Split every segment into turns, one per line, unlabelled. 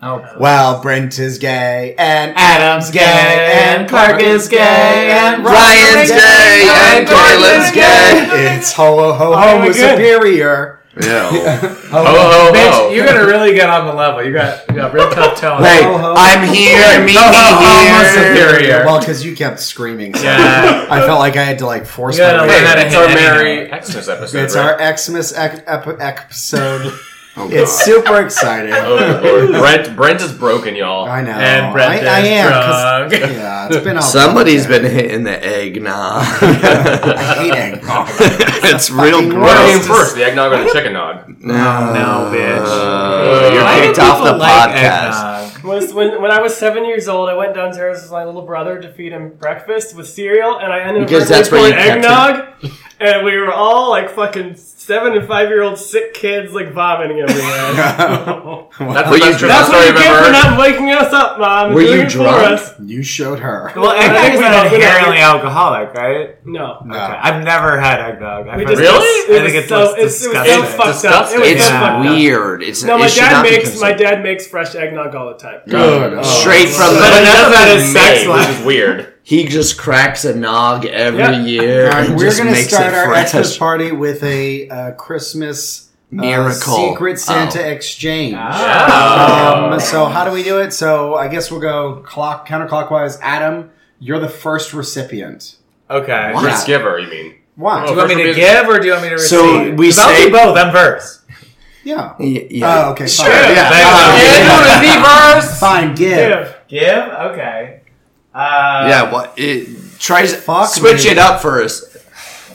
Oh.
Well, Brent is gay, and
Adam's gay, and Clark is gay, and
Ryan's gay, and Caitlin's gay.
It's ho ho ho
Oh,
ho
we're
was
good.
superior.
Yeah.
Ho,
Ho, ho, ho.
Oh.
Bitch, you're gonna really get on the level. You got you got real tough tone.
Wait,
ho, ho.
I'm here. Meet me
Ho, ho, ho,
here.
superior.
Well, because you kept screaming, so
Yeah.
I felt like I had to like force
You gotta
my way.
let
Hey, it's our
Hey,
Merry Xmas episode.
It's
right?
our Xmas ec- ep- episode.
Oh, God.
it's super exciting.
Oh, Lord. Brent, Brent is broken, y'all.
I know.
And Brent
I, I
is
am. 'cause-
drunk.
Yeah, it's
Oh,
been all.
Somebody's been hitting the eggnog.
I hate eggnog.
it's real
fucking
What came
worst.
gross.
first, the eggnog or the chicken nog?
No, bitch.
Uh,
Why
you're
do
kicked off the podcast.
eggnog?
was when, when I was seven years old, I went downstairs with my little brother to feed him breakfast with cereal, and I ended
Because
up
that's where
pouring
you kept
eggnog. And we were all like fucking seven and five year old sick kids, like vomiting everywhere.
That's
Well,
the
you-
best
that's
Christmas
what
story
you
I've
get
ever
for
heard.
not waking us up, mom. and
Were
doing
you
it for
drunk?
us.
you showed her.
Well, I think
Eggnog's
we
not
don't- we don't-
inherently alcoholic, right?
No,
No.
Okay. I've never had eggnog. I've
we
heard-
just
Really?
It
I
was
think it's
so, it was, it was
disgusting.
so fucked up. It was
It's
so
Yeah.
fucked up.
weird. It's
No, my
it should not
dad
be
makes my
consumed.
dad makes fresh eggnog all the time.
Good. Oh.
straight from
But
the.
enough about his
Made,
sex
Which
life.
is weird.
He just cracks a nog every
Yeah.
year.
All right,
and
we're
just
gonna
makes
start
it
our
fresh.
Xmas party with a uh, Christmas uh,
Miracle.
secret Santa exchange.
Yeah.
Um, so how do we do it? So I guess we'll go clock counterclockwise. Adam, you're the first recipient.
Okay.
What?
Do
First giver, you mean?
Why?
you want me to give or do you want me to receive?
So we
'Cause I'll
say-
do both. I'm first.
Yeah. Oh,
Y- yeah.
okay. Fine.
Yeah.
you want to be first?
Fine. Give.
Yeah.
Give? Okay. Uh,
yeah. What? It, try to
Fuck
switch
me.
it up first.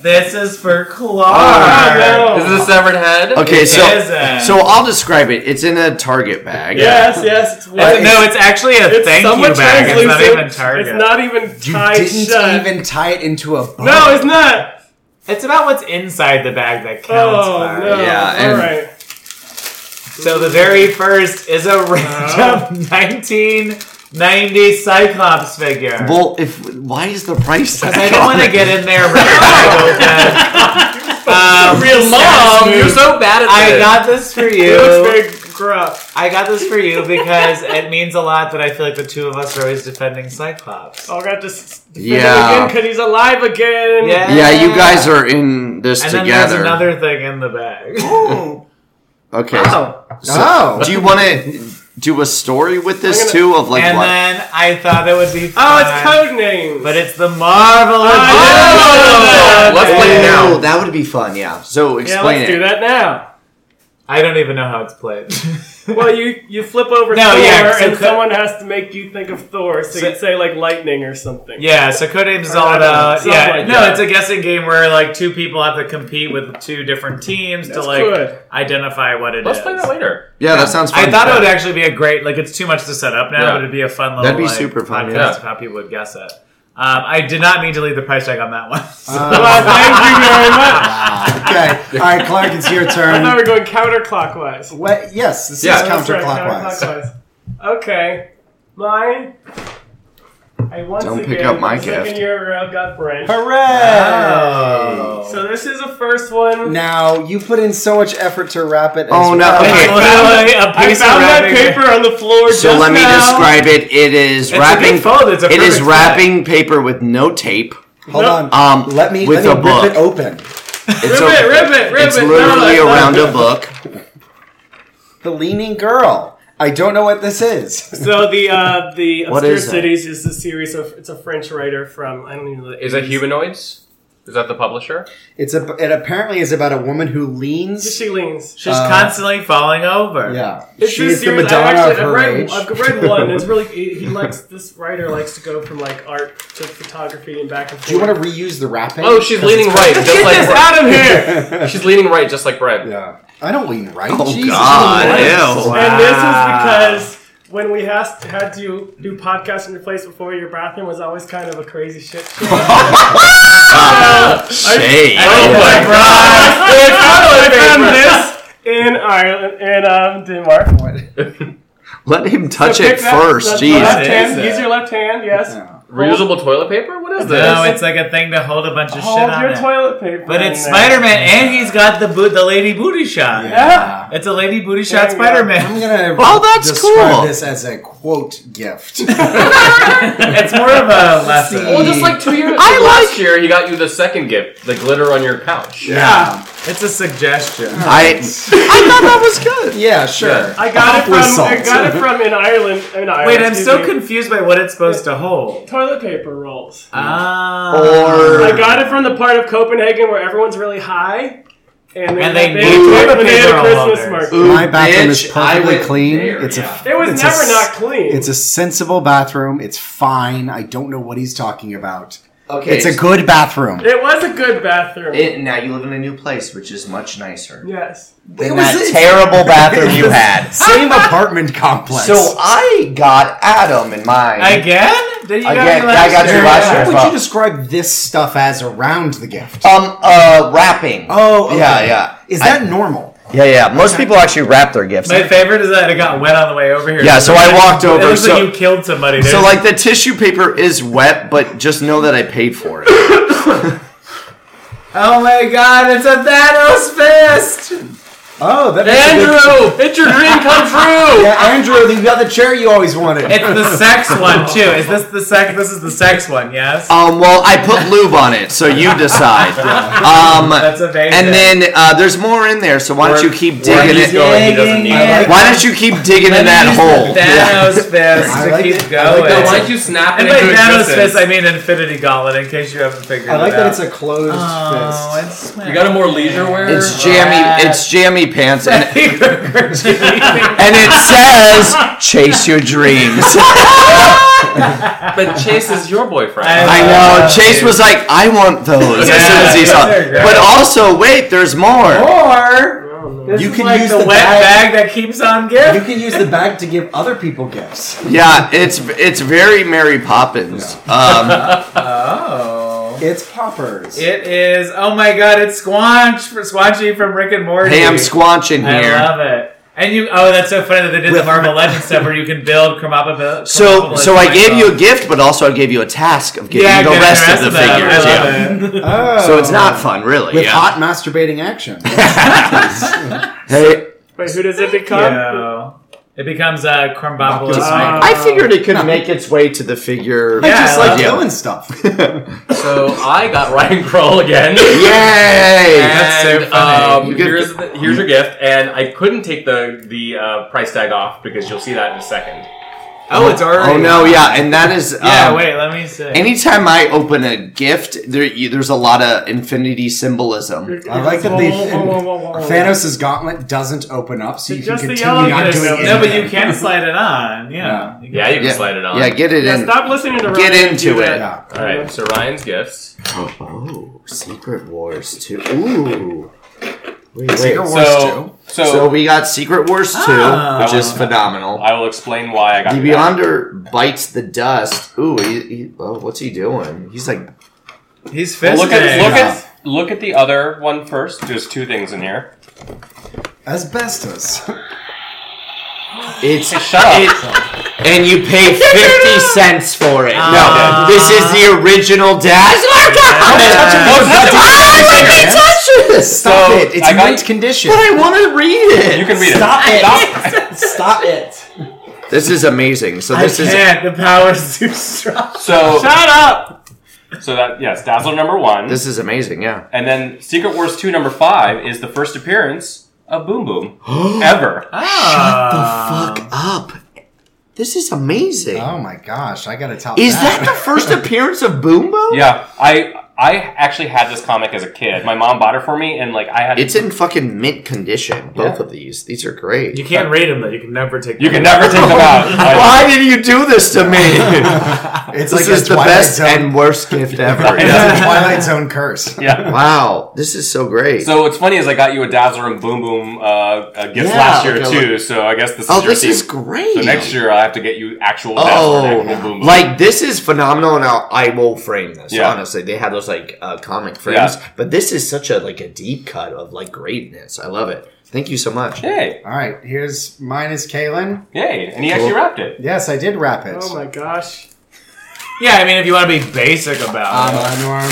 This is for Clark.
Oh,
Is it a severed head?
Okay,
It
so
isn't.
so I'll describe it. It's in a Target bag.
Yes, yes. It's,
It's- no, it's actually a
It's
thank
somewhat
you bag. It's not
translucent.
even Target.
It's not even
You
tied
didn't
shut.
even tie it into a bow.
No, it's not.
It's about what's inside the bag that counts.
Oh
Clark.
no!
Yeah,
All
and-
right.
So the very first is a
Oh.
random 1990 Cyclops figure.
Well, if why is the price?
I didn't want to get in there with the um,
Real mom, you're so bad at
I
this.
got this for
It
you.
looks very gruff.
I got this for you because it means a lot that I feel like the two of us are always defending Cyclops.
Oh, I got to s- defend
Yeah.
him again because he's alive again.
Yeah.
Yeah, you guys are in this
And then there's
together.
another thing in the bag.
okay. so-
Oh.
Do you want to do a story with this
I'm
too? Of like
and
what?
then I thought it would be fun.
Oh, it's code names.
But it's the Marvel.
Oh,
Edition.
let's play it now.
Oh, that would be fun. Yeah. So
yeah,
explain
let's do
it.
that now.
I don't even know how it's played.
Well, you you flip over
No,
Thor,
yeah, so
and
co-
someone has to make you think of Thor, so,
So-
you'd say like lightning or something.
yeah, so Codenames is
Or
all
I don't know,
about.
something
Yeah,
like
no,
that.
it's a guessing game where like two people have to compete with two different teams to
That's
like
good.
identify what it is.
Let's play that later.
Yeah, that sounds fun.
I thought it would actually be a great like it's too much to set up now,
Yeah.
but it'd be a fun little
That'd be
like,
super fun,
podcast
yeah.
of how people would guess it. Um, I did not mean to leave the price tag on that one. So.
Uh,
Well, thank you very much.
Wow. Okay. All right, Clark. It's your
I thought we
turn.
were going counterclockwise.
What? Yes. This
Yeah.
is
That's right,
counterclockwise.
counterclockwise. Okay. Mine. I once
Don't
again,
pick up my
second
gift.
year in a row, got Brent.
Hooray!
So this is the first one.
Now you put in so much effort to wrap it.
Oh,
as
no.
well.
It's
Okay.
literally a
I
piece of
found that
wrapping-
paper on the floor.
So
just
let me
now.
describe it. It is
It's a
wrapping.
big fold. It's a
It is
perfect
wrapping paper with no tape.
Hold
Nope.
on.
Um,
let me let
with
me
a
rip
book.
it open.
It's
Rip it, rip it, rip
It's
it. No,
literally
no, no.
around a book.
The Leaning Girl. I don't know what this is.
So the uh, the
What
obscure
is that?
cities is the series of it's a French writer from I don't even know. the
Is it
80s.
humanoids? Is that the publisher?
It's a. It apparently is about a woman who leans.
She leans.
She's
Uh,
constantly falling over.
Yeah,
It's
she
this
is the
series-
Madonna
I've
of her age.
actually, I've read, I've read one. It's really he, he likes this writer likes to go from like art to photography and back and forth.
Do you want to reuse the wrapping?
Oh, she's leaning right, just like
Get out of here!
She's leaning right, just like Brent.
yeah. I don't lean right.
Oh
Jesus
God!
Christ.
Ew.
And this
Wow.
is because when we has, had to do podcasts in your place before, your bathroom was always kind of a crazy shit show.
Ah, Shade.
Oh my god! It's
I found
not
this in Ireland, in um, Denmark.
Let him touch
So
it
pick that-
first.
that's
Jeez.
Left
What is
hand,
it?
use your left hand, yes.
Reusable toilet paper? What is this?
No, it's like a thing to hold a bunch of shit
Hold
on
your
it.
toilet paper.
But
in
it's
there.
Spider Man, and he's got the boot, the lady booty shot.
Yeah.
It's a lady booty
Yeah,
shot
yeah.
Spider
I'm
Man.
gonna
Well, that's
describe
cool.
this as a quote gift.
it's more of a lesson.
well, just like two years.
I
last year, he got you the second gift, the glitter on your couch.
Yeah.
It's a suggestion.
I I thought that was good.
yeah, sure.
I got it
With
from
salt.
I got it from in Ireland. In Ireland
Wait, I'm
excuse
so
me.
confused by what it's supposed to hold.
Toilet paper rolls.
Ah.
Or
I got it from the part of Copenhagen where everyone's really high, and,
And they
they
need toilet
when they had
paper
a
all
Christmas
over.
market.
Ooh,
My bathroom is
bitch, I
perfectly
went
clean.
there,
it's
yeah.
a
It was
it's
never
a,
not clean.
It's a sensible bathroom. It's fine. I don't know what he's talking about.
okay,
It's a good bathroom.
it was a good bathroom.
It, now you live in a new place, which is much nicer
yes.
than
It was-
that
it's-
terrible bathroom you had.
Same apartment complex.
So I got Adam in mine.
Again? Did you
Again,
got
yeah,
me
I
last
got you
year?
last
how
year.
would
well-
you describe this stuff as around the gift?
um, uh, wrapping.
Oh, okay.
yeah, yeah.
Is that normal?
Yeah, yeah. Most people actually wrap their gifts.
My favorite is that it got wet on the way over here.
Yeah, so I walked
It
over,
looks
so-
like you killed somebody.
So
There's-
like the tissue paper is wet, but just know that I paid for it.
oh my god, it's a Thanos fist.
Oh, that makes a good-
Andrew, it's your dream come true.
Yeah, Andrew, you got the chair you always wanted.
It's the sex one too. Is this the sex? This is the sex one. Yes.
Um, well, I put lube on it, so you decide. Um,
That's amazing.
and then uh, there's more in there, so why don't you keep digging it?
he's going, he doesn't need
Yeah.
it.
Why don't you keep digging in that hole?
Thanos fist
I
to
like
keep
it. I like
going.
that.
Why don't you snap
and
it
by
into
Thanos
existence?
fist, I mean Infinity Gauntlet. In case you haven't figured
I like
it
that
out.
it's a closed
Oh,
fist.
it's
You got a more leisure wear.
It's jammy. It's jammy pants, and
It's
and it says chase your dreams.
but Chase is your boyfriend.
I-
I know.
Uh,
Chase was like, I want those as soon as he
Yeah,
saw.
they're
it.
great.
But also, wait, there's more.
Or you
is
can
like
use
the,
the
wet
bag-
bag. that keeps on
you
giving.
can use the bag to give other people gifts.
Yeah, it's it's very Mary Poppins. Um,
Oh.
It's poppers.
It is. Oh my God! It's Squanch for Squanchy from Rick and Morty.
hey, I'm squanching
I
here.
love it. And you, oh, that's so funny that they did the Marvel Legends stuff where you can build Kromapa. build-
So
Kromapa
so I
Legends
gave you a
myself.
gift, but also I gave you a task of getting
yeah,
the
get
rest of the
them.
figures. yeah.
I love it.
Oh.
So it's not fun, really.
with
yeah.
hot masturbating action.
Hey,
Wait, who does it become?
Yeah. It becomes a Kromapa.
Uh,
I figured it could make its way to the figure.
Ah. Yeah,
just
I
like
love
you.
doing stuff.
so I got Ryan Kroll again.
Yay!
That's so
And,
funny.
um,
You get-
here's, the, here's your gift, and I couldn't take the the uh, price tag off because you'll see that in a second.
oh, it's already.
Oh no, yeah, and that is.
Yeah,
um,
wait, let me see.
Anytime I open a gift, there, you, there's a lot of infinity symbolism.
I like that
Whoa, whoa, whoa, whoa, whoa, whoa.
the Thanos' gauntlet doesn't open up, so you
It's
can
just the
continue
yellow
on
bit.
doing it.
no, but you can slide it on. Yeah. You can-
Yeah, you can
Yeah.
slide it on.
Yeah, get it
Yeah,
in.
stop listening to
Get
Ryan
into
do that.
it.
Yeah.
All right. So Ryan's gifts.
Oh, Secret Wars 2. Ooh. Wait, wait.
Secret
So,
Wars
So, so
we got Secret Wars 2,
Ah.
which is phenomenal.
I will explain why I got
The
you
Beyonder bites the dust. Ooh, he, he, oh, what's he doing? He's like,
He's fisting.
that. Well, look at look
Yeah.
at look at the other one first. There's two things in here.
Asbestos.
it's.
Shut up.
and you pay 50 cents for it.
Ah.
no, this is the original Dad's
Oh,
Markup!
no,
Why would they touch this?
Stop
So,
it. It's
I got-
mint condition.
But I want to read it.
You can read
Stop
it.
it. Stop it.
This is amazing. So this
I
is
can't. The power's too strong.
So
Shut up!
so that yes, Dazzler number one,
this is amazing. Yeah.
and then Secret Wars two number five is the first appearance of Boom Boom ever.
Shut
Fuck up. This is amazing.
Oh my gosh, I gotta tell
Is that the first appearance of Boom Boom?
Yeah, I I actually had this comic as a kid. My mom bought it for me, and like I had
It's in fucking mint condition. Both
Yeah.
of these. These are great.
You can't read them though. You can never take.
You can never take them out. I-
Why did you do this to me?
It's
this
like
is
a
the
Twilight
best
Zone.
and worst gift ever.
It's
Yeah.
a Twilight Zone curse.
yeah.
Wow, this is so great.
So what's funny is I got you a Dazzler and Boom Boom uh, uh, gifts
Yeah,
last year
okay,
too. So I guess this is
oh,
your
this
theme.
is great.
So next year I have to get you actual Dazzler and actual
Oh,
Boom Boom.
like this is phenomenal, and I'll, I will frame this.
Yeah.
Honestly, they had those like uh, comic frames,
Yeah.
but this is such a like a deep cut of like greatness. I love it. Thank you so much.
yay,
All right, here's mine is Kalen.
yay, and he actually
Cool.
wrapped it.
Yes, I did wrap it.
Oh my gosh.
Yeah, I mean, if you want to be basic
Um,
about
I'm
it.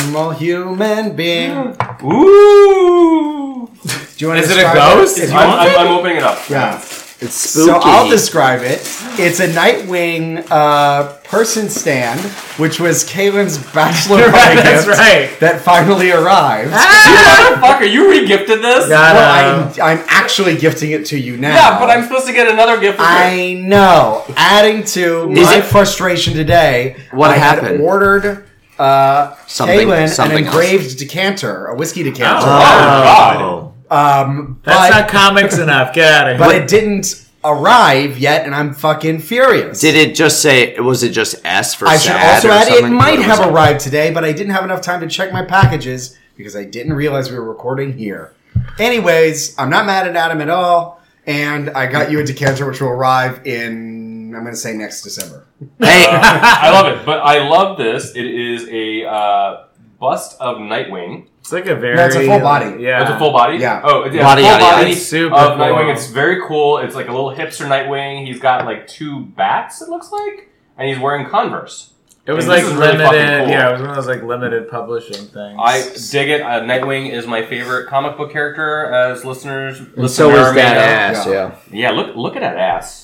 a normal human being. Do
Ooh.
you want
Is
to
it a ghost?
It?
Is
I'm,
You want
I'm, I'm opening it up.
Yeah.
It's spooky.
So I'll describe it. It's a Nightwing uh, person stand, which was Kalen's bachelor party
That's
gift
right.
that finally arrived.
Motherfucker, you regifted this?
Well, I'm, I'm actually gifting it to you now.
Yeah, but I'm supposed to get another gift. for free.
I know. Adding to
Is
my
it-
frustration today,
What
I had
happened?
ordered uh,
Something-
Kaylin
something
an
else.
engraved decanter, a whiskey
Oh,
decanter.
God.
Oh.
um,
That's
but,
not comics enough. Get out of here.
but it didn't arrive yet, and I'm fucking furious.
Did it just say? Was it just S for?
I should
sad
also
or
add it
something?
might
What
have
was it?
arrived today, but I didn't have enough time to check my packages because I didn't realize we were recording here. Anyways, I'm not mad at Adam at all, and I got you a decanter which will arrive in I'm gonna say next December.
Hey,
I love it, but I love this. It is a uh, bust of Nightwing.
It's like a very. uh,
That's a full body.
Yeah.
It's a full body.
Yeah.
Oh, it's- yeah,
Body,
full
yeah, yeah.
body
It's super
of
cool.
Nightwing. It's very cool. It's like a little hipster Nightwing. He's got like two bats. It looks like, and he's wearing Converse.
It was
I mean,
like
this is really
limited.
fucking cool.
Yeah, it was one of those like limited publishing things.
I dig it. Uh, Nightwing is my favorite comic book character, as listeners.
so
listener
is
may
that
know.
ass? Yeah.
uh, Yeah, look look at that ass.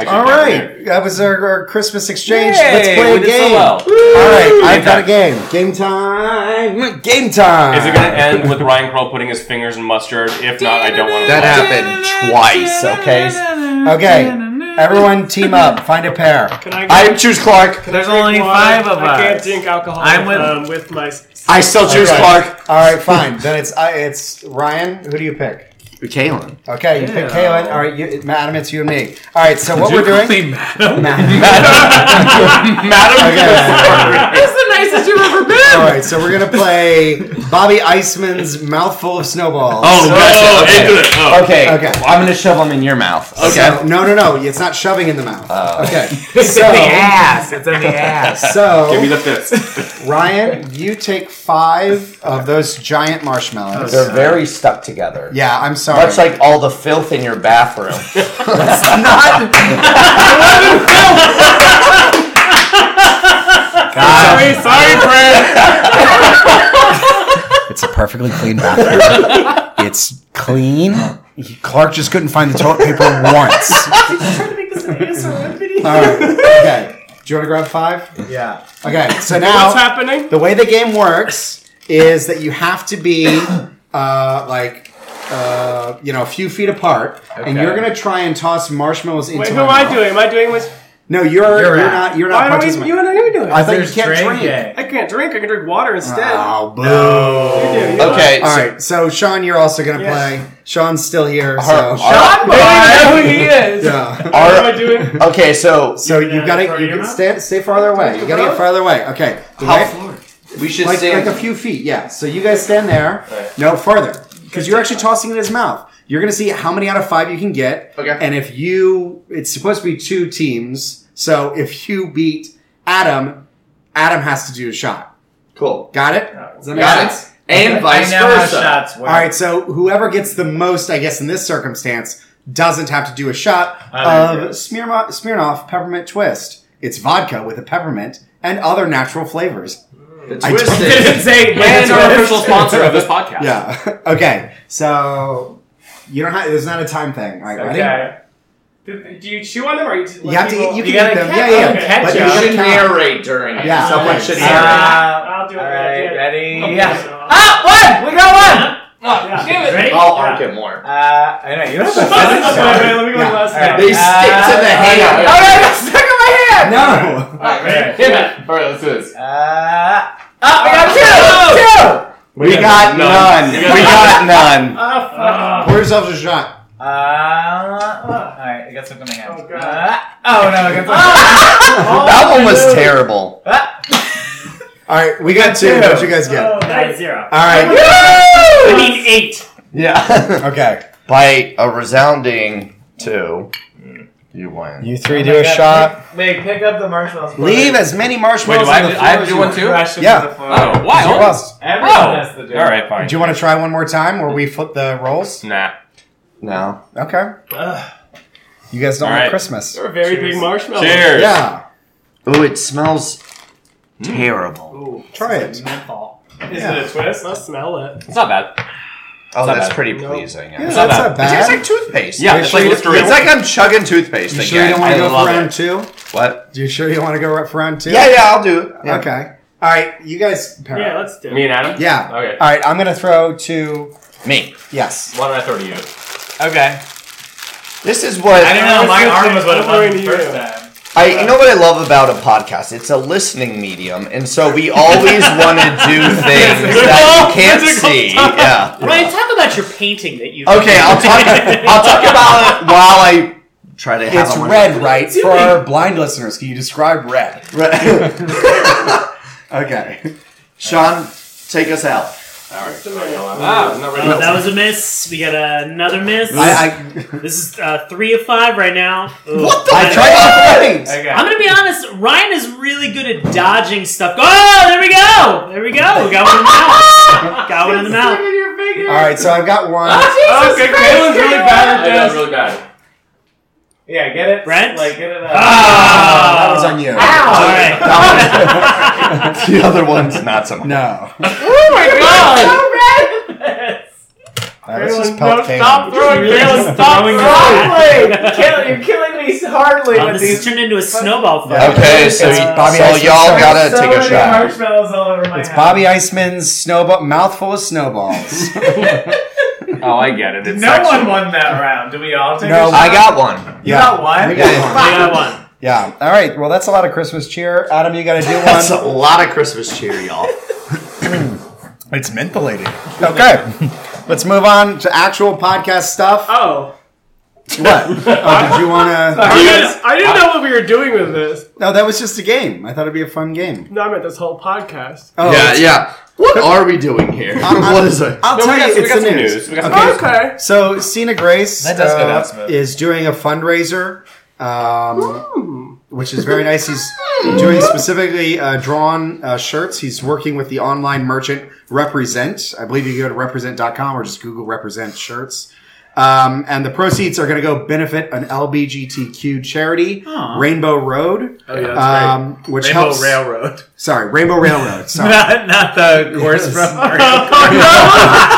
Actually,
All
can't
right,
wait.
that was our, our Christmas exchange.
Yay,
Let's play
we
a
did so
game.
well.
All right, I've
Okay.
got a game. Game time. Game time.
Is it going to end with Ryan Kroll putting his fingers in mustard? If not, I don't want to.
That happened twice. Okay.
Okay, everyone, team up. Find a pair.
Can I? Get,
I choose Clark.
can I
There's
drink
only
water?
five of
I can't
us.
drink alcohol.
I'm
I'm
with-
with um, with my. s-
I still choose
Okay.
Clark.
All right, fine. then it's I it's Ryan. Who do you pick?
Kalen.
Okay, you pick Kaylin. All right, you, Adam, it's you and me. All right, so what we're doing?
Madam.
Okay.
It's the nicest you've ever
All
been.
right, so we're gonna play Bobby Iceman's mouthful of snowballs.
Oh,
Oh,
gotcha.
into it. Oh.
Okay.
Okay.
okay. I'm gonna shove them in your mouth.
So- no, no, no. It's not shoving in the mouth.
Oh.
okay.
It's in
So,
the ass. It's in the ass.
Give me
so
the fist.
Ryan, you take five of those giant marshmallows.
They're very stuck together.
yeah, I'm sorry.
Much like all the filth in your bathroom.
God.
Sorry, Brad.
It's a perfectly clean bathroom. it's clean. Clark just couldn't find the toilet paper once. All right. Okay. Do you want to grab five?
Yeah.
Okay. So
What's
now
happening?
the way the game works is that you have to be uh, like uh, you know a few feet apart, and
Okay.
you're gonna try and toss marshmallows into.
Wait, who
my
am I
mouth.
doing? Am I doing with?
No, you're
You're
you're,
out.
not you're
Why
not
don't we,
participating.
you and I are doing
I
it?
thought
There's
you can't
drink
drink.
day.
I can't drink. I can drink water instead.
Oh, boo.
You do, you do.
Okay.
All right, so Sean, you're also gonna
Yes.
play. Sean's still here,
Her-
so
our-
They don't know who he is.
yeah.
What am
our-
I doing?
okay, so
So you
Yeah,
gotta
throw
you
your
can
mouth?
stay stay farther away. You gotta get farther away. Okay, The way-
we should
like
stand.
like a few feet. Yeah. So you guys stand there. No farther, because you're actually tossing it in his mouth. You're gonna see how many out of five you can get.
Okay.
And if you, it's supposed to be two teams. So if you beat Adam, Adam has to do a shot.
cool.
Got it? Does that make
Got
sense?
it. And vice
I know how
versa.
shots work.
All right, so whoever gets the most, I guess, in this circumstance, doesn't have to do a shot
I
of Smirno- Smirnoff Peppermint Twist. It's vodka with a peppermint and other natural flavors.
The
I
twist
Did
is-
it say
And our
twist?
official sponsor of this podcast.
Yeah. okay, so you don't have. There's not a time thing. All right, ready?
Okay. Do, do you chew on them or you just
You
let
have to.
people-
eat- You can
you gotta
eat them.
catch-
yeah, yeah.
okay, catch
but
it.
you
you
Yeah.
should
should
count.
narrate during it.
Yeah.
Someone
Okay.
should
Uh,
narrate.
I'll do it.
All
I'll
right,
do it.
ready?
Okay,
Yeah.
so-
Ah, one! We got one!
Oh,
Yeah.
damn it.
Ready?
I'll
Yeah.
arc it more.
Uh, I know, you don't have to finish
Wait,
that.
wait, let me go
Yeah.
last
All right.
They
now.
stick to the hand.
Oh, uh, no, it's stuck in my hand!
No.
All right.
Damn it. All right, let's do this.
Uh, ah, we got two!
We got none. We got none.
Oh, fuck.
Pour yourselves a shot.
Two! Uh, all right, I Uh, got something in my hand.
Oh, God.
Uh, oh, no, I got something.
That one was terrible.
Ah.
All right, we got two.
two.
What you guys get?
Oh,
All
that is zero.
right.
I
Woo!
need eight.
Yeah.
Okay.
By a resounding two, you win.
You three
Oh
do
my
a
God,
shot.
pick- Wait, pick up the marshmallows. for
Leave
me.
as many
Wait,
marshmallows.
do I
on
have
the
to,
floor
I have to
as
do
you
one
want.
too?
Crush them
Yeah.
to the floor.
Oh,
You
wow.
lost.
Everyone
Oh.
has to do
All right,
it.
fine.
Do you want to try one more time where we flip the rolls?
Nah.
No.
Okay. You guys don't
All
like
right.
Christmas.
They're very big marshmallows.
Cheers.
Yeah.
Ooh, it smells Terrible.
Ooh,
Try
it's
it.
like menthol. Is
Yeah.
it a twist? I smell it.
It's not bad.
Oh,
not
that's
bad.
pretty
Nope.
pleasing.
Yeah,
It's
that's
not
not
bad. It
bad.
tastes like toothpaste.
Yeah,
You
it's
sure
like
you-
Listerine.
It's like I'm chugging toothpaste
You
again.
sure you don't want to
I
go
love
for round
it.
two?
what?
Do you sure you don't want to go for round two?
Yeah, yeah, I'll do it. Yeah.
Okay. All right, you guys. pair
Yeah,
up.
let's do
Me
it.
and Adam.
Yeah.
Okay.
All right, I'm gonna throw to
Me.
yes.
Why don't I throw to you?
Okay.
This is what
I don't know. My
Let's
arm
do
was what it
Wolverine
was the
to you.
first time.
I you know what I love about a podcast? It's a listening medium, and so we always want to do things that you can't see. Yeah.
Ryan, talk about your painting that you.
Oh,
Okay, I'll talk. I'll talk about it while I try to have
It's
a wonderful-
red, right? For our blind listeners, can you describe red?
Red.
Okay.
Sean, take us out.
Wow, Ah. I'm not ready.
Oh, that was a miss. We got another miss.
I, I,
this is uh, three of five right now. Ooh.
What the?
I tried all the things.
Okay.
I'm gonna be honest. Ryan is really good at dodging stuff. Oh, there we go. There we go. We got one in the mouth. Got one in the mouth.
All right, so I've got one.
Ah!
Oh, okay, Caitlin's really bad
I know,
at this. really bad.
Yeah, get it?
Brent?
Like, get it out.
that was
Ah.
on you.
All right.
the other one's not so much.
No, that
Oh my god!
was just
Caitlin's
Pelt
no
Kane.
stop throwing
Really
Caitlin's stop
throwing
throwing. Caitlin, you're killing me hardly
Um,
with
this
these
has turned into a snowball fight.
Okay, so,
It's
y-
Bobby
so
Iceman's
y'all
turn.
gotta
so
take a
many
shot.
marshmallows all over my
It's
hat.
Bobby Iceman's snowball mouthful of snowballs.
Oh, I get it. It's
No one won that round. Do we all take
No.
a shot?
I got one.
You got one?
We
Yeah.
got one.
We got one.
Yeah. All right. Well, that's a lot of Christmas cheer. Adam, you got to do one.
That's a lot of Christmas cheer, y'all.
It's mentholated. Okay. Let's move on to actual podcast stuff.
Oh.
What? Oh, did you want to?
I didn't, I didn't know what we were doing with this.
No, that was just a game. I thought it'd be a fun game.
No, I meant this whole podcast.
Oh,
yeah, yeah. What are we doing here? what is it?
I'll
No,
tell
we got,
you,
we
it's
got
the
some
news.
news. We got some
Okay.
news.
So, Cena Grace
That does go down
uh,
smooth.
is doing a fundraiser, um, which is very nice. He's doing specifically uh, drawn uh, shirts. He's working with the online merchant Represent. I believe you go to represent.com or just Google Represent shirts. Um, and the proceeds are going to go benefit an LBGTQ charity, Rainbow Road,
Oh, yeah, that's
um, which
Rainbow
helps.
Railroad.
sorry, Rainbow Railroad. Sorry.
not, not the course from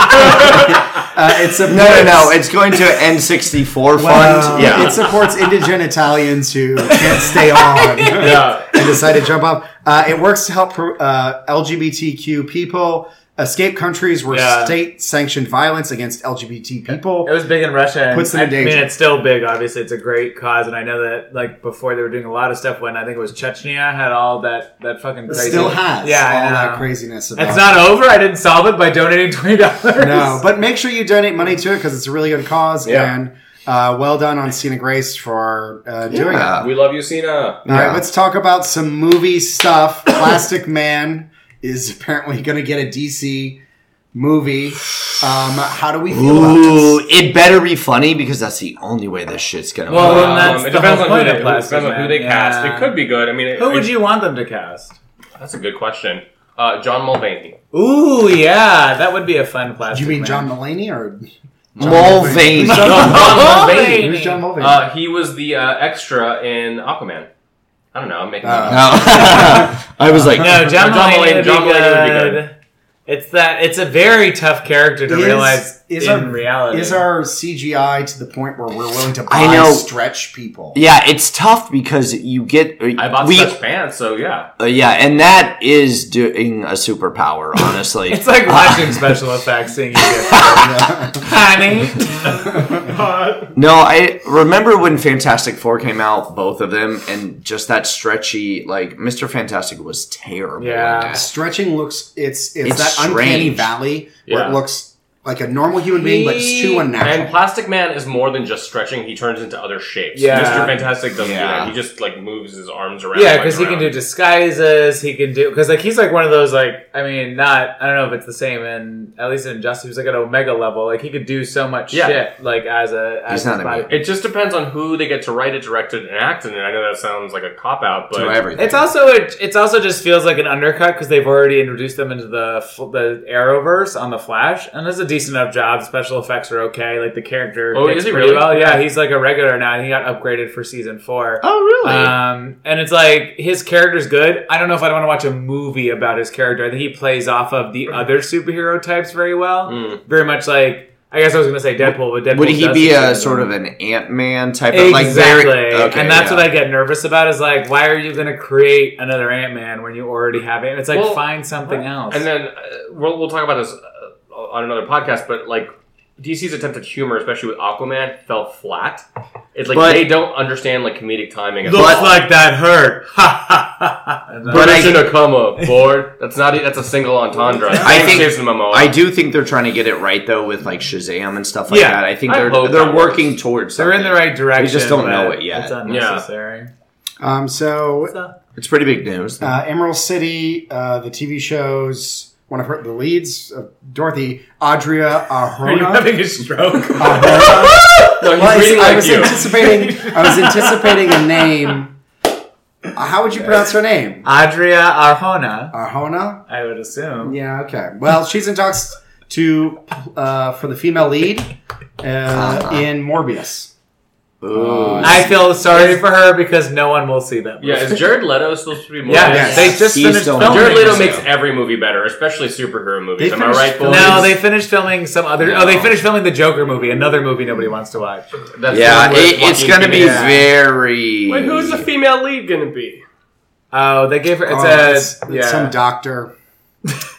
Uh, it supports,
No, no, no. It's going to N64 fund.
Well,
yeah.
It supports indigent Italians who can't stay on and decide to jump off. Uh, it works to help uh, LGBTQ people escape countries where
Yeah.
state sanctioned violence against LGBT people.
It was big in Russia. And
Puts them
I
in danger.
mean, it's still big. Obviously, it's a great cause, and I know that like before they were doing a lot of stuff when I think it was Chechnya had all that that fucking
It
crazy.
still has
yeah, I
all
know.
that craziness about
It's not over. I didn't solve it by donating twenty dollars.
No, but make sure you donate money to it because it's a really good cause.
Yeah.
And uh, well done on Cena Grace for uh, doing it.
Yeah.
We love you, Cena.
All
Yeah.
right, let's talk about some movie stuff. Plastic Man is apparently going to get a DC movie. Um, how do we feel
Ooh,
about
it better be funny because that's the only way this shit's gonna
Well,
work.
then that's
Um,
the
it depends
whole
on who
point
they,
of
it
Plastic
depends on who
Man,
they
yeah.
cast. It could be good. I mean, it,
Who would
it-
you want them to cast?
That's a good question. Uh, John Mulvaney.
Ooh, yeah, that would be a fun
this?
plastic.
You mean
Man.
John Mulaney or
Mulvaney.
John Mulvaney.
who's John Mulvaney?
Uh, he was the uh, extra in Aquaman. I don't know. I'm making. it
Uh,
up.
I was like,
No, John
No, John Mulaney-
Mulaney would be
John Mulaney would be
good. It's that. It's a very tough character to
Is-
realize
is
in
our-
reality.
is our CGI to the point where we're willing to buy
I know.
stretch people?
yeah, it's tough because you get uh,
I bought
we,
such pants, so yeah.
uh, yeah, and that is doing a superpower. Honestly,
It's like watching special effects, seeing you get honey.
No, I remember when Fantastic Four came out, both of them, and just that stretchy, like Mister Fantastic was terrible.
Yeah.
in that.
Stretching looks it's it's,
It's
that uncanny
strange.
valley where
Yeah.
it looks like a normal human being, but it's
Oh,
too unnatural.
And Plastic Man is more than just stretching; he turns into other shapes.
Yeah.
Mr. Fantastic doesn't do
Yeah.
that. He just like moves his arms around.
Yeah,
like,
because he can
around.
do disguises. He can do because like he's like one of those like I mean not I don't know if it's the same in at least in Justice he was like at Omega level like he could do so much
Yeah.
shit like as a as
He's not
his
a
body.
mutant.
It just depends on who they get to write it, direct it, and act in it. I know that sounds like a cop out, but
To everything.
It's also it, it's also just feels like an undercut because they've already introduced them into the fl- the Arrowverse on the Flash and it's a decent enough job. Special effects are okay. Like the character.
Oh,
fits
is he
pretty
really?
Well, yeah, he's like a regular now. and He got upgraded for season four.
Oh, really?
Um, and it's like his character's good. I don't know if I'd want to watch a movie about his character. I think he plays off of the other superhero types very well.
Mm.
Very much like I guess I was gonna say Deadpool, but Deadpool
Would he
does
be
superhero.
a sort of an Ant Man type of like
Exactly,
very- okay,
and that's
yeah.
what I get nervous about. Is like, why are you going to create another Ant Man when you already have it? It's like
Well,
find something else.
And then uh, we'll, we'll talk about this uh, on another podcast, but like DC's attempt at humor, especially with Aquaman, fell flat. It's like
But-
they don't understand like comedic timing. at
Looks
all.
like that hurt. Ha ha ha. And then-
But I-
Person to come aboard. That's not. e, That's a single entendre.
I
Same
think-
Jason Momoa.
I do think they're trying to get it right though with like Shazam and stuff like
Yeah,
that. I think
I
they're
hope
they're
that
working
works.
towards.
they're in the
something.
right direction.
don't know
but
it yet.
It's
Yeah.
unnecessary.
Um, so
It's pretty big news.
uh, Emerald City, uh, the TV shows. One of her, the leads, uh, Dorothy Adria
Are you
Arjona.
having a stroke?
Arjona.
No, he's
Well, I-
reading
I
like
was
you.
anticipating. I was anticipating a name. Uh, How would you pronounce her name?
Adria Arjona.
Arjona.
I would assume.
Yeah. Okay. Well, she's in talks to uh, for the female lead uh, in Morbius.
Ooh.
I feel sorry for her because no one will see that.
yeah, is Jared Leto supposed to be more?
Yeah,
Yes.
they just
He's
finished
still-
filming.
Jared Leto
Yeah.
makes every movie better, especially superhero movies.
They
Am I
finished
right, boys?
No, they finished filming some other. Oh, they
No.
finished filming the Joker movie, another movie nobody wants to watch.
That's
yeah,
the one
it,
where
it's
Joaquin
gonna be
Phoenix-
Yeah.
very.
Wait, who's the female lead gonna be?
Oh, they gave her. It's
Oh,
a.
it's- it's
yeah.
some doctor.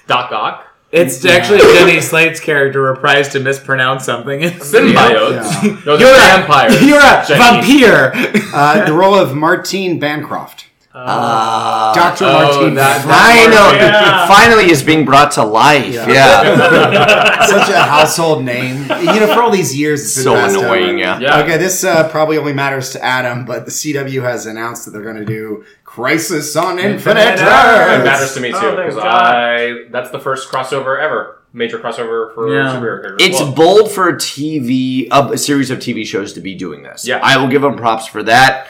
Doc Ock.
It's actually Jenny Slate's character reprised to mispronounce something.
Symbiotes.
Yeah.
No, they're vampires.
You're a
Jenny.
vampire.
Uh, the role of Martine Bancroft.
Ah.
Doctor
oh,
Martine.
that-
Bancroft.
Finally,
Yeah.
finally is being brought to life.
Yeah.
Yeah,
Such a household name. You know, for all these years, it's been
so
passed over.
annoying. Yeah.
Yeah.
Okay, this uh, probably only matters to Adam, but the CW has announced that they're going to do Crisis on Infinite
Infinite Earths.
It
Earths.
matters to me too
Oh, thank
because
God.
I that's the first crossover ever, major crossover for
Yeah.
superhero characters.
It's
Well,
bold for a TV, a series of TV shows to be doing this.
Yeah.
I will give them props for that.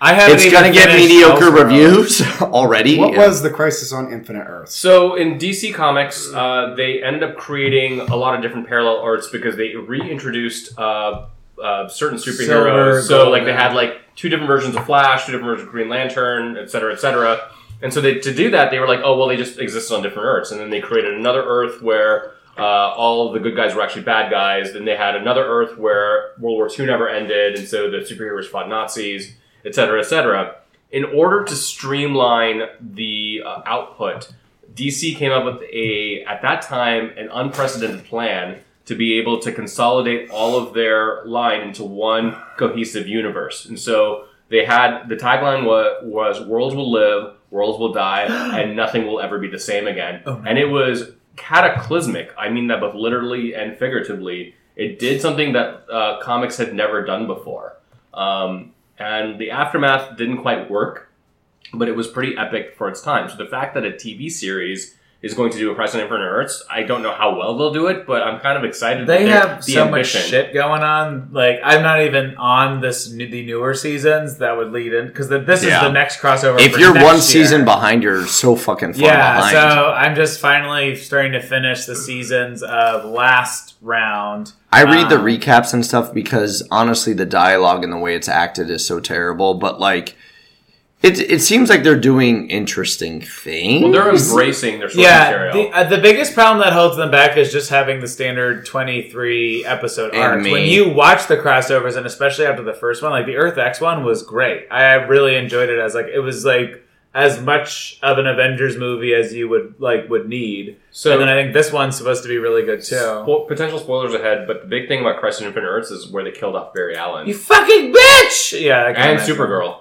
I haven't.
it's
even
gonna get
finished
mediocre
Elseworlds.
reviews already.
What
and-
was the Crisis on Infinite Earths?
so in DC Comics, uh, they ended up creating a lot of different parallel arts because they reintroduced uh, uh, certain
Silver,
superheroes. so
gold,
like they
yeah.
had like two different versions of Flash, two different versions of Green Lantern, et cetera, et cetera. And so they, to do that, they were like, oh well, they just existed on different Earths, and then they created another Earth where. Uh, all of the good guys were actually bad guys. Then they had another Earth where World War II never ended, and so the superheroes fought Nazis, et cetera, et cetera. in order to streamline the uh, output, DC came up with a at that time an unprecedented plan to be able to consolidate all of their line into one cohesive universe. And so they had the tagline was, was worlds will live, worlds will die, and nothing will ever be the same again. and it was cataclysmic. I mean that both literally and figuratively. It did something that uh, comics had never done before. Um, and the aftermath didn't quite work, but it was pretty epic for its time. So the fact that a TV series is going to do a President Infinite Earths, I don't know how well they'll do it, but I'm kind of excited. that
They
they're-
have so much shit going on. Like I'm not even on this new, the newer seasons that would lead in because this
Yeah.
is the next crossover.
If
for
you're
next
one
year.
season behind, you're so fucking far
Yeah,
behind.
so I'm just finally starting to finish the seasons of last round.
I read the
Um,
recaps and stuff because honestly, the dialogue and the way it's acted is so terrible. But like, it it seems like they're doing interesting things.
Well, they're embracing their source
Yeah,
material.
the, uh, the biggest problem that holds them back is just having the standard 23 episode
And
arc.
me.
When you watch the crossovers, and especially after the first one, like the Earth X one was great. I really enjoyed it as like it was like as much of an Avengers movie as you would like would need.
so
and then I think this one's supposed to be really good too.
Spo- potential spoilers ahead, but the big thing about Crisis on Infinite Earths is where they killed off Barry Allen
You fucking bitch! Yeah, I can
and
imagine.
Supergirl.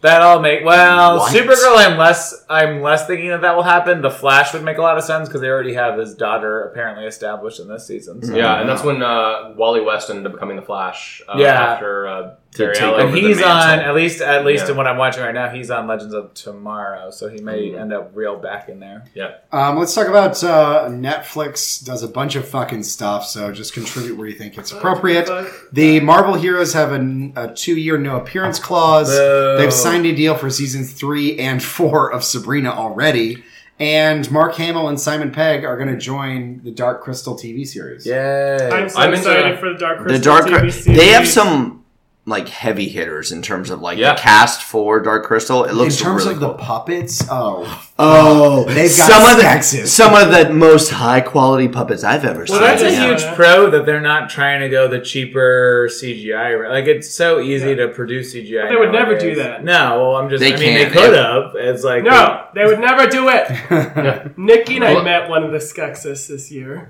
That all make well,
What?
Supergirl. I'm less. I'm less thinking that that will happen. The Flash would make a lot of sense because they already have his daughter apparently established in this season. So.
Yeah, and that's when uh, Wally West ended up becoming the Flash. Uh,
Yeah.
after uh, Barry
take
Allen.
over
and
the
he's on
mantle.
at least at least
Yeah.
in what I'm watching right now. He's on Legends of Tomorrow, so he may
Mm-hmm.
end up real back in there.
Um, let's talk about uh, Netflix does a bunch of fucking stuff, so just contribute where you think it's appropriate. The Marvel heroes have a, a two-year no appearance clause.
Boo.
They've signed a deal for seasons three and four of Sabrina already, And Mark Hamill and Simon Pegg are going to join the Dark Crystal TV series.
Yay.
I'm so
I'm into-
excited for the Dark Crystal.
the Dark
TV
Crystal. They have
series.
some like heavy hitters in terms of like
Yeah.
the cast for Dark Crystal. It
In
looks
terms
really
of
cool.
the puppets, oh,
oh,
They've got
some of the
Skeksis.
some of the most high quality puppets I've ever seen.
Well, that's a
Yeah.
huge pro that they're not trying to go the cheaper CGI. route. Like it's so easy to produce CGI.
But they would never
nowadays.
do that.
No, well, I'm just.
They
I mean, they
can't.
could have. It's like
No, they would never do it. Nikki and I
Well-
met one of the Skeksis this year.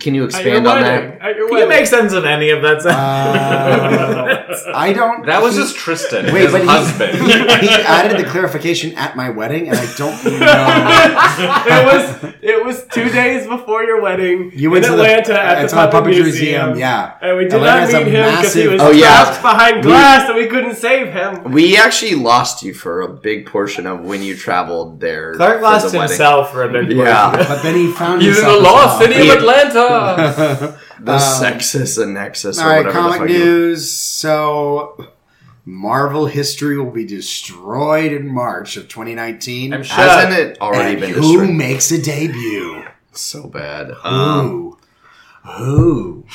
Can you
At your
expand on that?
wedding. At your
You can
wedding.
make sense of any of that.
Uh, I don't.
That was
he-
just Tristan,
Wait,
his
but he-
husband.
He, added the clarification at my wedding, and I don't know.
it was it was two days before your wedding
You went
in
to the-
Atlanta at the
it's on
Puppet, Museum.
Yeah,
and we did
Atlanta has a
not meet him because he
massive-
was
Oh, yeah.
trapped behind glass and we couldn't save him.
We actually lost you for a big portion of when you traveled there.
Clark
for
lost
the wedding.
himself for a big portion.
Yeah,
Oh, But then he found
He's in
himself as
the lost
well.
city of Atlanta.
the sexus and nexus. Or
Um, All right,
whatever the
comic
fuck you-
news. So, Marvel history will be destroyed in March of 2019.
I'm sure-
Hasn't it already
And
been
who
destroyed?
makes a debut?
So bad. Um,
Who? Who?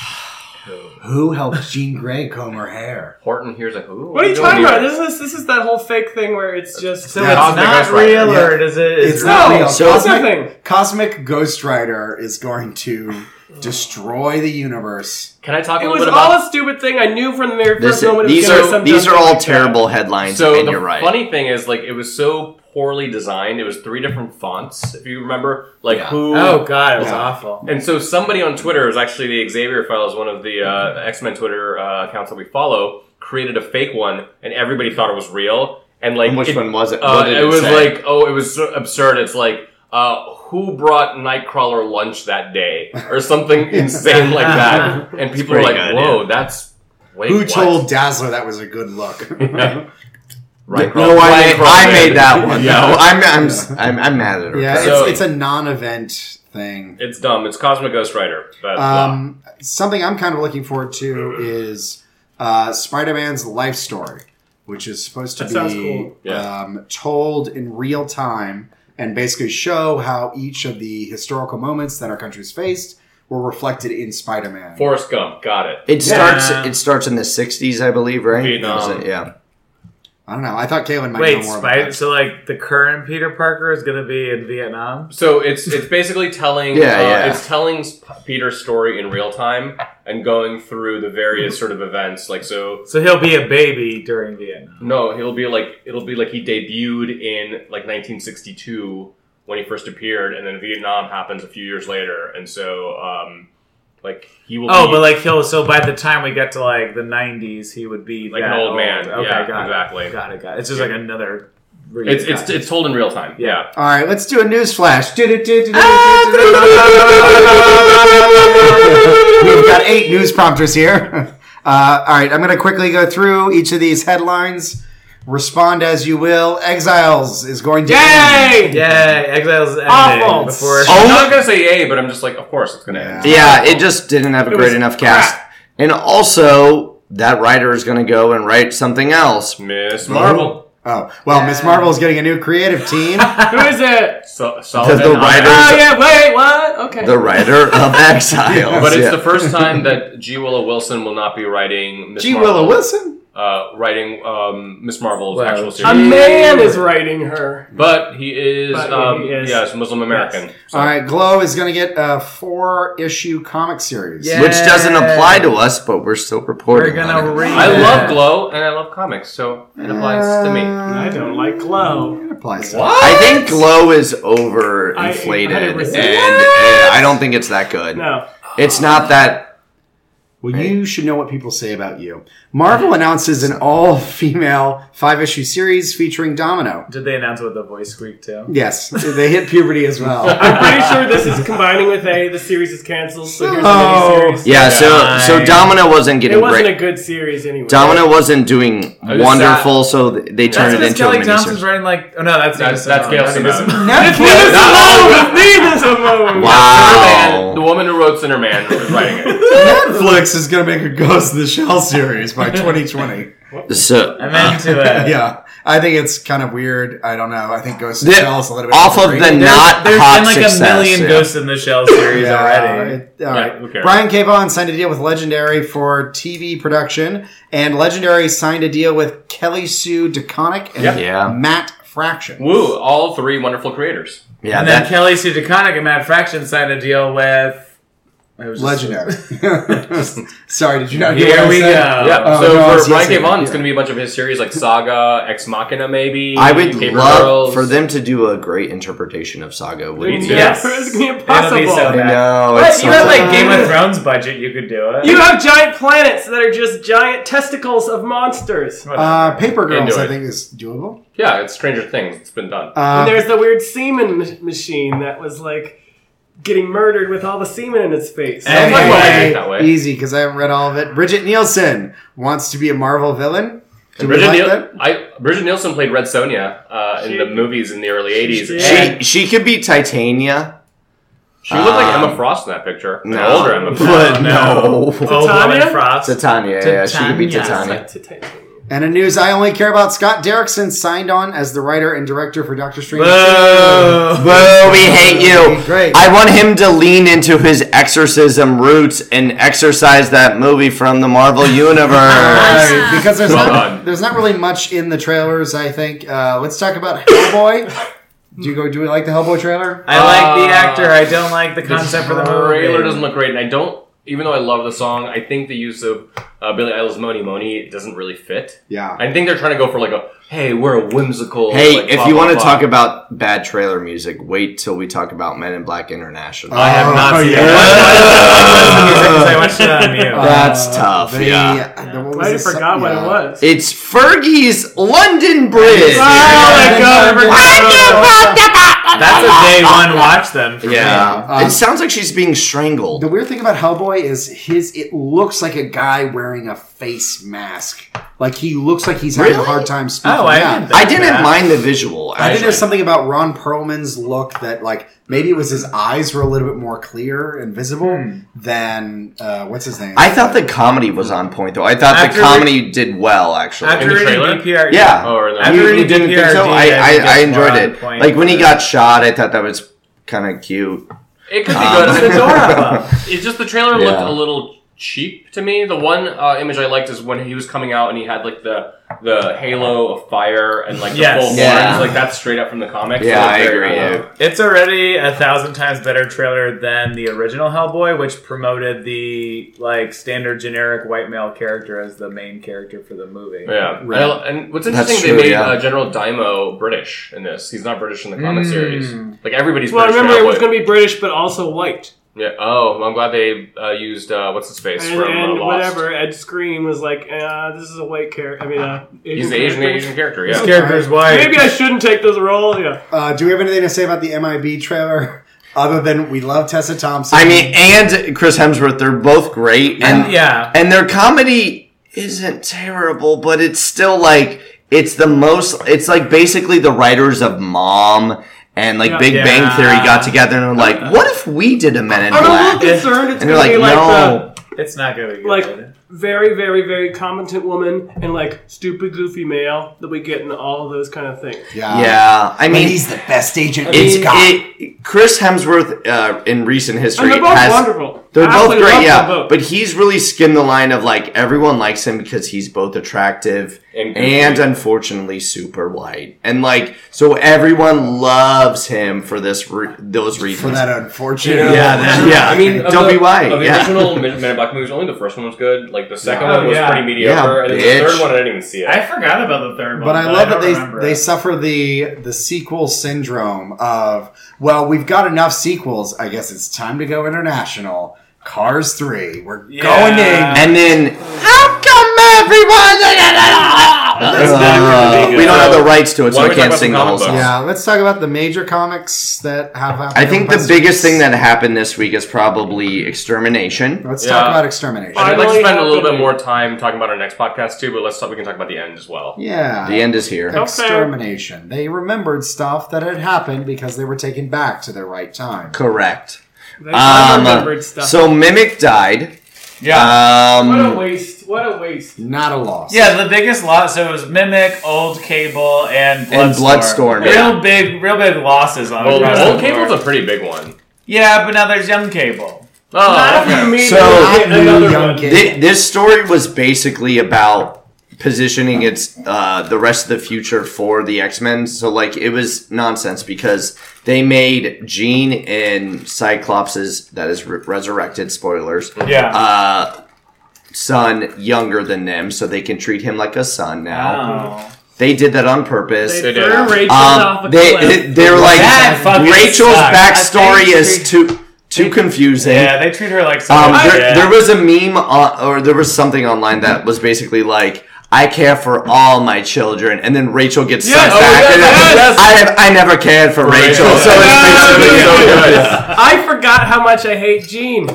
Who helped Jean Grey comb her hair?
Horton hears a who?
What are you
doing
talking
here?
about? This is this is that whole fake thing where it's just
So
Yeah.
it's
Cosmic
not
Ghost Rider.
real,
Yeah.
or does it?
It's
is
not
No,
real.
so-
that's nothing.
Cosmic Ghost Rider is going to destroy the universe.
Can I talk a
It
little
was
bit
all
about?
a stupid thing. I knew from the very first
this,
moment. it was
these
gonna be
are
some
these
dumb
are
thing
all
like that.
terrible headlines,
So
and
the
you're right.
funny thing is, like, it was so poorly designed. It was three different fonts, if you remember. Like who?
Oh god, it was
Yeah.
awful.
And so somebody on Twitter is actually the Xavier Files, one of the uh, X Men Twitter uh, accounts that we follow, created a fake one, and everybody thought it was real. And like,
And which
it-
one was it?
Uh,
What did
it,
it
was
say?
like, oh, it was so absurd. It's like, uh, who brought Nightcrawler lunch that day, or something insane like that. And people were
pretty
like,
good,
whoa, that's wait,
Who
what?
told Dazzler that was a good look?
Yeah. Right,
no,
Crawler-
I made,
Nightcrawler
I
did.
made that one.
Yeah.
No, I'm, I'm, s- I'm, I'm mad at her.
yeah,
So-
it's, it's a non-event thing.
It's dumb. It's Cosmic Ghost Rider. But, blah.
Um, something I'm kind of looking forward to is uh, Spider-Man's life story, which is supposed to
That sounds
be
cool.
Yeah.
um, told in real time and basically show how each of the historical moments that our country's faced were reflected in Spider-Man.
Forrest Gump, got it.
It
Yeah.
starts. It starts in the '60s, I believe, right?
Vietnam.
Is it? Yeah.
I don't know. I thought Caitlin might
Wait,
know more
Spider.
about
So like the current Peter Parker is gonna be in Vietnam.
So it's it's basically telling
Yeah,
uh,
yeah.
it's telling S- Peter's story in real time and going through the various sort of events. Like so,
So he'll be a baby during Vietnam.
no, it'll be like it'll be like he debuted in like 1962 when he first appeared, and then Vietnam happens a few years later, and so um, like he will.
Oh,
be,
but like he'll. So by the time we get to like the '90s, he would be
Like
that
an old man.
Okay,
Yeah,
got
exactly.
It. Got it. Got it. It's just like another.
it's it's it's told in real time. Yeah.
that. All right, let's do a news flash. Do-do-do-do-do-do-do-do.
Ah,
We've got eight news prompters here. Uh, all right, I'm going to quickly go through each of these headlines. Respond as you will. Exiles is going to.
Yay!
Yay! Exiles ending
Awful.
before.
Oh.
I'm not gonna say yay, but I'm just like, of course it's gonna end.
Yeah. It just didn't have a
was
great enough cast. And also, that writer is going to go and write something else.
Miss Marvel,
Oh well, Miss Marvel is getting a new creative team.
Who is it?
so,
The,
Sullivan,
the
I-
writer.
Oh yeah. Wait. What? Okay.
The writer of Exiles.
But it's
yeah.
the first time that G. Willow Wilson will not be writing Miss
G.
Marvel.
Willow Wilson.
uh, writing um, Miss Marvel's
Well,
actual
a
series,
man is writing her.
but he is,
But he
um,
is-
yes, Muslim American. So-
All right, Glow is going to get a four-issue comic series.
Yeah.
Which doesn't apply to us, but we're still
We're
reporting.
gonna
on it.
read.
I
it.
love Glow and I love comics, so it applies to me.
I don't like Glow.
Mm, It applies. to-
I think Glow is overinflated,
I-
and,
100%.
and I don't think it's that good.
No.
It's not that.
Well, you should know what people say about you. Marvel announces an all-female five-issue series featuring Domino.
Did they announce with the voice squeak too?
Yes, they hit puberty as well.
I'm pretty sure this is combining with a. The series is canceled. So here's
Oh.
a miniseries.
Yeah, so so Domino wasn't getting
It wasn't
great.
a good series anyway.
Domino wasn't doing
was
wonderful, so th- they turned
That's
it
because
into a
Kelly Thompson's
miniseries.
writing like. Oh no, that's
That's,
Nina
that's Gail
Simone. Nina
Simone.
Now-
Leave this alone.
Wow.
The woman who wrote Cinderman was writing it.
Netflix is going to make a Ghost in the Shell series by 2020.
So
I'm into it.
Yeah, I think it's kind of weird. I don't know. I think Ghost in
The-
the Shell is a little bit
off of
overrated.
the
There's-
not
there's
hot
been like
success.
a million
yeah.
Ghost in the Shell series
Yeah,
already.
it- all right.
Yeah, who cares?
Brian Capon signed a deal with Legendary for TV production, and Legendary signed a deal with Kelly Sue DeConnick and
Yep.
Yeah.
Matt Fraction.
Woo! All three wonderful creators.
Yeah,
and then
that,
Kelly Sue DeConnick and Matt Fraction signed a deal with. I was just-
Legendary. Sorry, did you not hear what
Here
I
we go.
said?
Yeah.
Oh,
Uh, so
no, I
for
see, I
Brian
see.
Gavon, it's
Yeah.
going to be a bunch of his series like Saga, Ex Machina, maybe.
I would
Paper
love
Girls.
for them to do a great interpretation of Saga. Would
Me
be-
too.
Yes.
It's gonna be
It'll be
impossible.
so
I
bad.
know.
But
It's
you have,
something-
Like Game
Uh,
of Thrones budget, you could do it.
You have giant planets that are just giant testicles of monsters.
Uh, Paper Girls,
Into
I
it.
think, is doable.
Yeah, it's Stranger Things. It's been done.
Uh,
And there's the weird semen ma- machine that was like getting murdered with all the semen in its face.
Hey.
Sounds like what I think that way.
Easy, because I haven't read all of it. Bridget Nielsen wants to be a Marvel villain. Do we
Bridget,
like
Niel-
that?
I, Bridget Nielsen played Red Sonia uh, in
She-
the movies in the early 80s.
did.
and
She she could be Titania.
she looked like
Um,
Emma Frost in that picture. An
No.
older Emma Frost.
But no.
Old
Titania?
woman Frost.
Titania, yeah, she could be
Titania.
Titania.
It's like titanium.
And in news I only care about, Scott Derrickson signed on as the writer and director for Doctor Strange.
Oh.
Whoa, we hate you.
Oh. Great.
I want him to lean into his exorcism roots and exorcise that movie from the Marvel Universe.
Alright, because there's
Well
not,
done.
there's not really much in the trailers. I think. Uh, let's talk about Hellboy. do you go? Do we like the Hellboy trailer?
I like the
Uh,
actor. I don't like the concept for the movie.
trailer doesn't look great, and I don't. Even though I love the song, I think the use of uh, Billy Idol's "Money Money" doesn't really fit.
Yeah.
I think they're trying to go for like a "Hey, we're a whimsical."
Hey,
like,
if
blah,
you
blah,
want to
blah.
talk about bad trailer music, wait till we talk about Men in Black International.
I have not
Oh,
seen
yeah.
it. I watched it on mute.
That's tough.
They-
yeah.
Uh, the- what
I
was
already
the su-
forgot what
yeah.
it was.
It's Fergie's London Bridge.
Oh my
Yeah.
God, I
That's a day one watch then. for me.
Yeah.
Um,
it sounds like she's being strangled.
The weird thing about Hellboy is his. It looks like a guy wearing a face mask. Like he looks like he's having
Really?
a hard time speaking.
Oh, I
Yeah.
didn't. Think
I didn't
that.
mind the visual.
I think
actually.
there's something about Ron Perlman's look that, like, maybe it was his eyes were a little bit more clear and visible
Hmm.
than uh, what's his name.
I thought the comedy was on point though. I thought
After
the
we-
comedy did well actually.
After
the
reading
trailer?
DPR,
yeah.
Oh, or the-
After
you, you
reading
didn't think so?
DPRD,
I,
I think
I, I
it's
enjoyed
more on
it.
point
Like when he
for-
got shot, I thought that was kind of cute.
It could be
Um,
good.
It's adorable.
It's just the trailer
Yeah.
looked a little cheap to me. The one uh, image I liked is when he was coming out and he had like the the halo of fire and like the
Yes.
full
Yeah.
horns. Like that's straight up from the comics.
Yeah,
It
I
looked very uh,
agree.
cool.
yeah.
It's already a thousand times better trailer than the original Hellboy, which promoted the like standard generic white male character as the main character for the movie.
Yeah,
Right.
I- and what's
That's
interesting, they
true,
made
yeah.
uh, General Daimo British in this. He's not British in the comic
Mm.
series. Like everybody's.
Hmm. Well, I
British
remember
now,
it was
but-
going to be British, but also white.
Yeah. Oh, I'm glad they uh, used uh, what's his face
And,
from uh,
and
Lost.
whatever, Ed Scream was like, uh, this is a white character. I mean, uh,
He's the Asian
character.
Asian character.
His
Yeah.
character is white.
Maybe I shouldn't take this role. Yeah.
Uh, do we have anything to say about the MIB trailer other than we love Tessa Thompson?
I mean, and Chris Hemsworth, they're both great, and
yeah.
and their comedy isn't terrible, but it's still like it's the most. It's like basically the writers of Mom and like Big
Yeah.
Bang Theory got together and were like, "What if we did a Men in
I'm a little
Black?"
concerned. It's
And they're
going to
like,
be like the
"No."
It's not gonna be good.
like very very very competent woman and like stupid goofy male that we get in all of those kind of things
yeah.
Yeah, I
And
mean,
he's the best agent
it's
we've got.
it. Chris Hemsworth uh, in recent
and
history
they're both
has.
wonderful
They're
I
both
absolutely
great,
love
yeah.
them both.
But he's really skimmed the line of like everyone likes him because he's both attractive
And
and,
goofy.
unfortunately super white, and like so everyone loves him for this re- those
for
reasons.
that unfortunate.
Yeah, that- yeah.
I mean, of
Don't
the-
be white,
Of the
yeah.
original Men Men in Black movies, only the first one was good. Like the second
Yeah.
one was
Oh, yeah.
pretty mediocre,
Yeah,
and then the
bitch.
third one I didn't even see it.
I forgot about the third one.
But I love
don't
that
remember
they
it.
they suffer the the sequel syndrome of well, we've got enough sequels. I guess it's time to go international. Cars three, we're going in.
and then how come everyone?
not gonna be
Uh, we don't
good.
have the rights to it,
Why
so
don't
I
we
can't
talk
sing the
about
whole
the
song.
comic
Yeah, let's talk about the major comics that have happened.
I think
over
the
past
biggest
weeks.
thing that happened this week is probably extermination.
Let's
Yeah.
talk about extermination.
I'd like to
Finally
spend a little bit
happening.
more time talking about our next podcast too, but let's talk, we can talk about the end as well.
yeah,
The end is here.
extermination. They remembered stuff that had happened because they were taken back to their right time.
Correct.
They all
Um,
remembered stuff
So Mimic died.
yeah.
Um,
what a waste What a waste.
Not a loss.
Yeah, the biggest loss. So it was Mimic, Old Cable, and
And Bloodstorm,
Bloodstorm. Real big, real big losses on.
Well,
across the
old
board.
cable's a pretty big one.
Yeah, but now there's Young Cable.
Oh,
Not if you mean
So-
that
I
we get
knew
another
young
one.
kid.
Thi- this story was basically about positioning its uh, the rest of the future for the X Men. So like it was nonsense because they made Jean and Cyclops's that is re- resurrected spoilers
Yeah.
uh, son younger than them, so they can treat him like a son now.
oh.
They did that on purpose.
They
Ah. They
did.
threw Rachel off a
Um, they
cliff.
they were like
That fucking
Rachel's
sucks.
I
backstory
think
is too too confusing.
Yeah, they treat her like
Um,
someone.
there,
yeah.
there was a meme on, or there was something online that was basically like, "I care for all my children," and then Rachel gets
Yes,
sent
oh,
back.
yes,
and then,
yes.
I have, I never cared for Rachel,
Rachel.
so it's
Yeah,
basically
yeah,
so
yeah.
good.
I forgot how much I hate Jean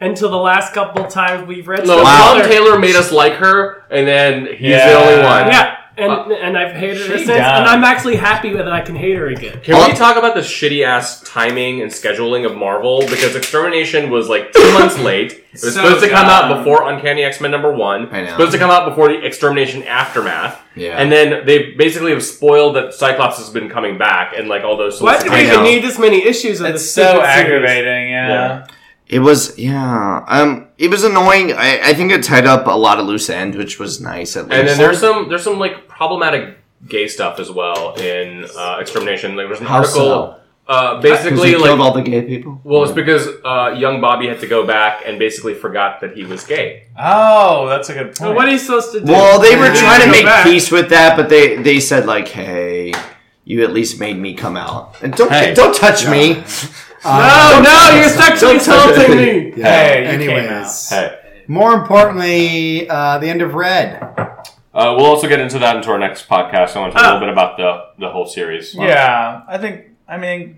until the last couple times we've read
No,
some
Wow.
Tom
other-
Taylor made us like her, and then he's the
Yeah.
only one.
Yeah, and, and I've hated her
She
since,
died.
and I'm actually happy that I can hate her again.
Can
Well-
we talk about the shitty ass timing and scheduling of Marvel? Because Extermination was like two months late. It was
So
supposed to come out
dumb.
before Uncanny X Men number one.
I know.
Supposed to come out before the Extermination aftermath.
Yeah.
And then they basically have spoiled that Cyclops has been coming back and like all those.
Why did
I
we
know.
even need this many issues of
It's
this
so
stupid series?
aggravating. Yeah.
It was yeah, um, it was annoying. I, I think it tied up a lot of loose ends, which was nice at least.
And then there's some there's some like problematic gay stuff as well in uh, Extermination. Like there's an
How
article.
so?
Uh,
'Cause
basically,
you
like
killed all the gay people.
Well, it's because uh, young Bobby had to go back and basically forgot that he was gay.
Oh, that's a good
So
point.
what are you supposed to do?
Well, they were
You
trying to
go
make
back.
peace with that, but they they said like, "Hey, you at least made me come out, and don't
Hey.
don't touch me."
No, no, you're sexually
Don't touch
assaulting
it.
me.
Yeah.
Hey, you came
Anyways,
Hey.
more importantly, uh, the end of Red.
Uh, we'll also get into that into our next podcast. I want to talk
Ah.
a little bit about the, the whole series.
yeah, I think. I mean,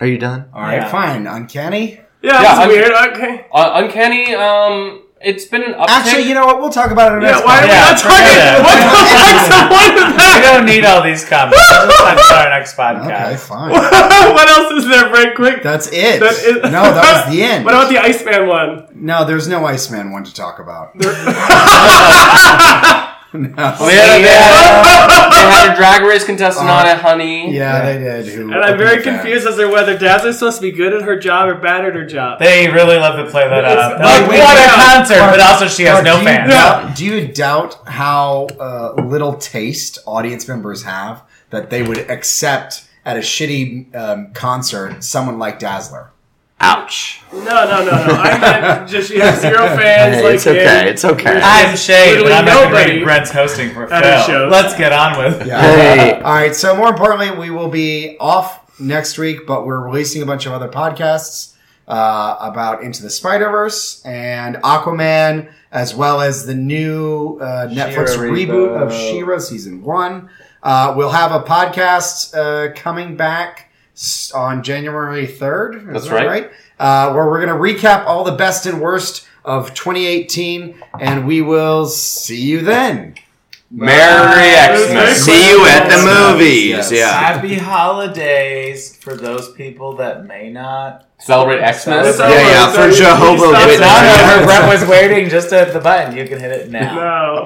Are you done?
All right,
Yeah.
fine. Uncanny.
Yeah,
Yeah,
that's
I'm-
weird. Okay.
Uh, Uncanny, um, it's been an uptick.
Actually, you know what? We'll talk about it in the
Yeah,
next
why are we
Yeah,
not
forget
talking?
it.
What the fuck's the point of
we
that?
don't need all these comments. Let's just talk about our next
podcast. Okay,
podcast.
fine.
what else is there, Frank? Quick.
That's it.
That is-
no, that was the end.
What about the Iceman one?
no, there's no Iceman one to talk about.
we had, a, they had a drag race contestant on it, honey.
Yeah, they did. Who
And I'm very
opened that.
confused as to whether Dazzler's supposed to be good at her job or bad at her job.
They really love to play that up.
It's-
Like,
Wait, wait,
what a
wait.
concert! But also, she has
Mark,
no
do
fans.
You doubt, do you doubt how uh, little taste audience members have that they would accept at a shitty um, concert someone like Dazzler?
Ouch.
No, no, no, no. I meant just you have zero fans.
Hey,
like
it's okay.
yeah.
It's okay.
I'm Shay, but
Literally
I'm not
nobody
going Brent's hosting for
at our
Phil.
shows.
Let's get on with. it.
Hey.
Uh, All right. So more importantly, we will be off next week, but we're releasing a bunch of other podcasts uh, about Into the Spider Verse and Aquaman, as well as the new uh, Netflix
She-Ra
reboot
reboot.
of Shira season one. Uh, we'll have a podcast uh, coming back s- on January third.
That's right.
Uh, where we're going to recap all the best and worst of 2018, and we will see you then.
Merry Xmas.
See you at the movies.
Yes.
Yeah.
Happy holidays for those people that may not.
Celebrate Xmas.
Yeah, yeah. For
Sorry,
Jehovah
you stopped
Witness.
It's not over. Brent was waiting just to hit the button. You can hit it now.
No.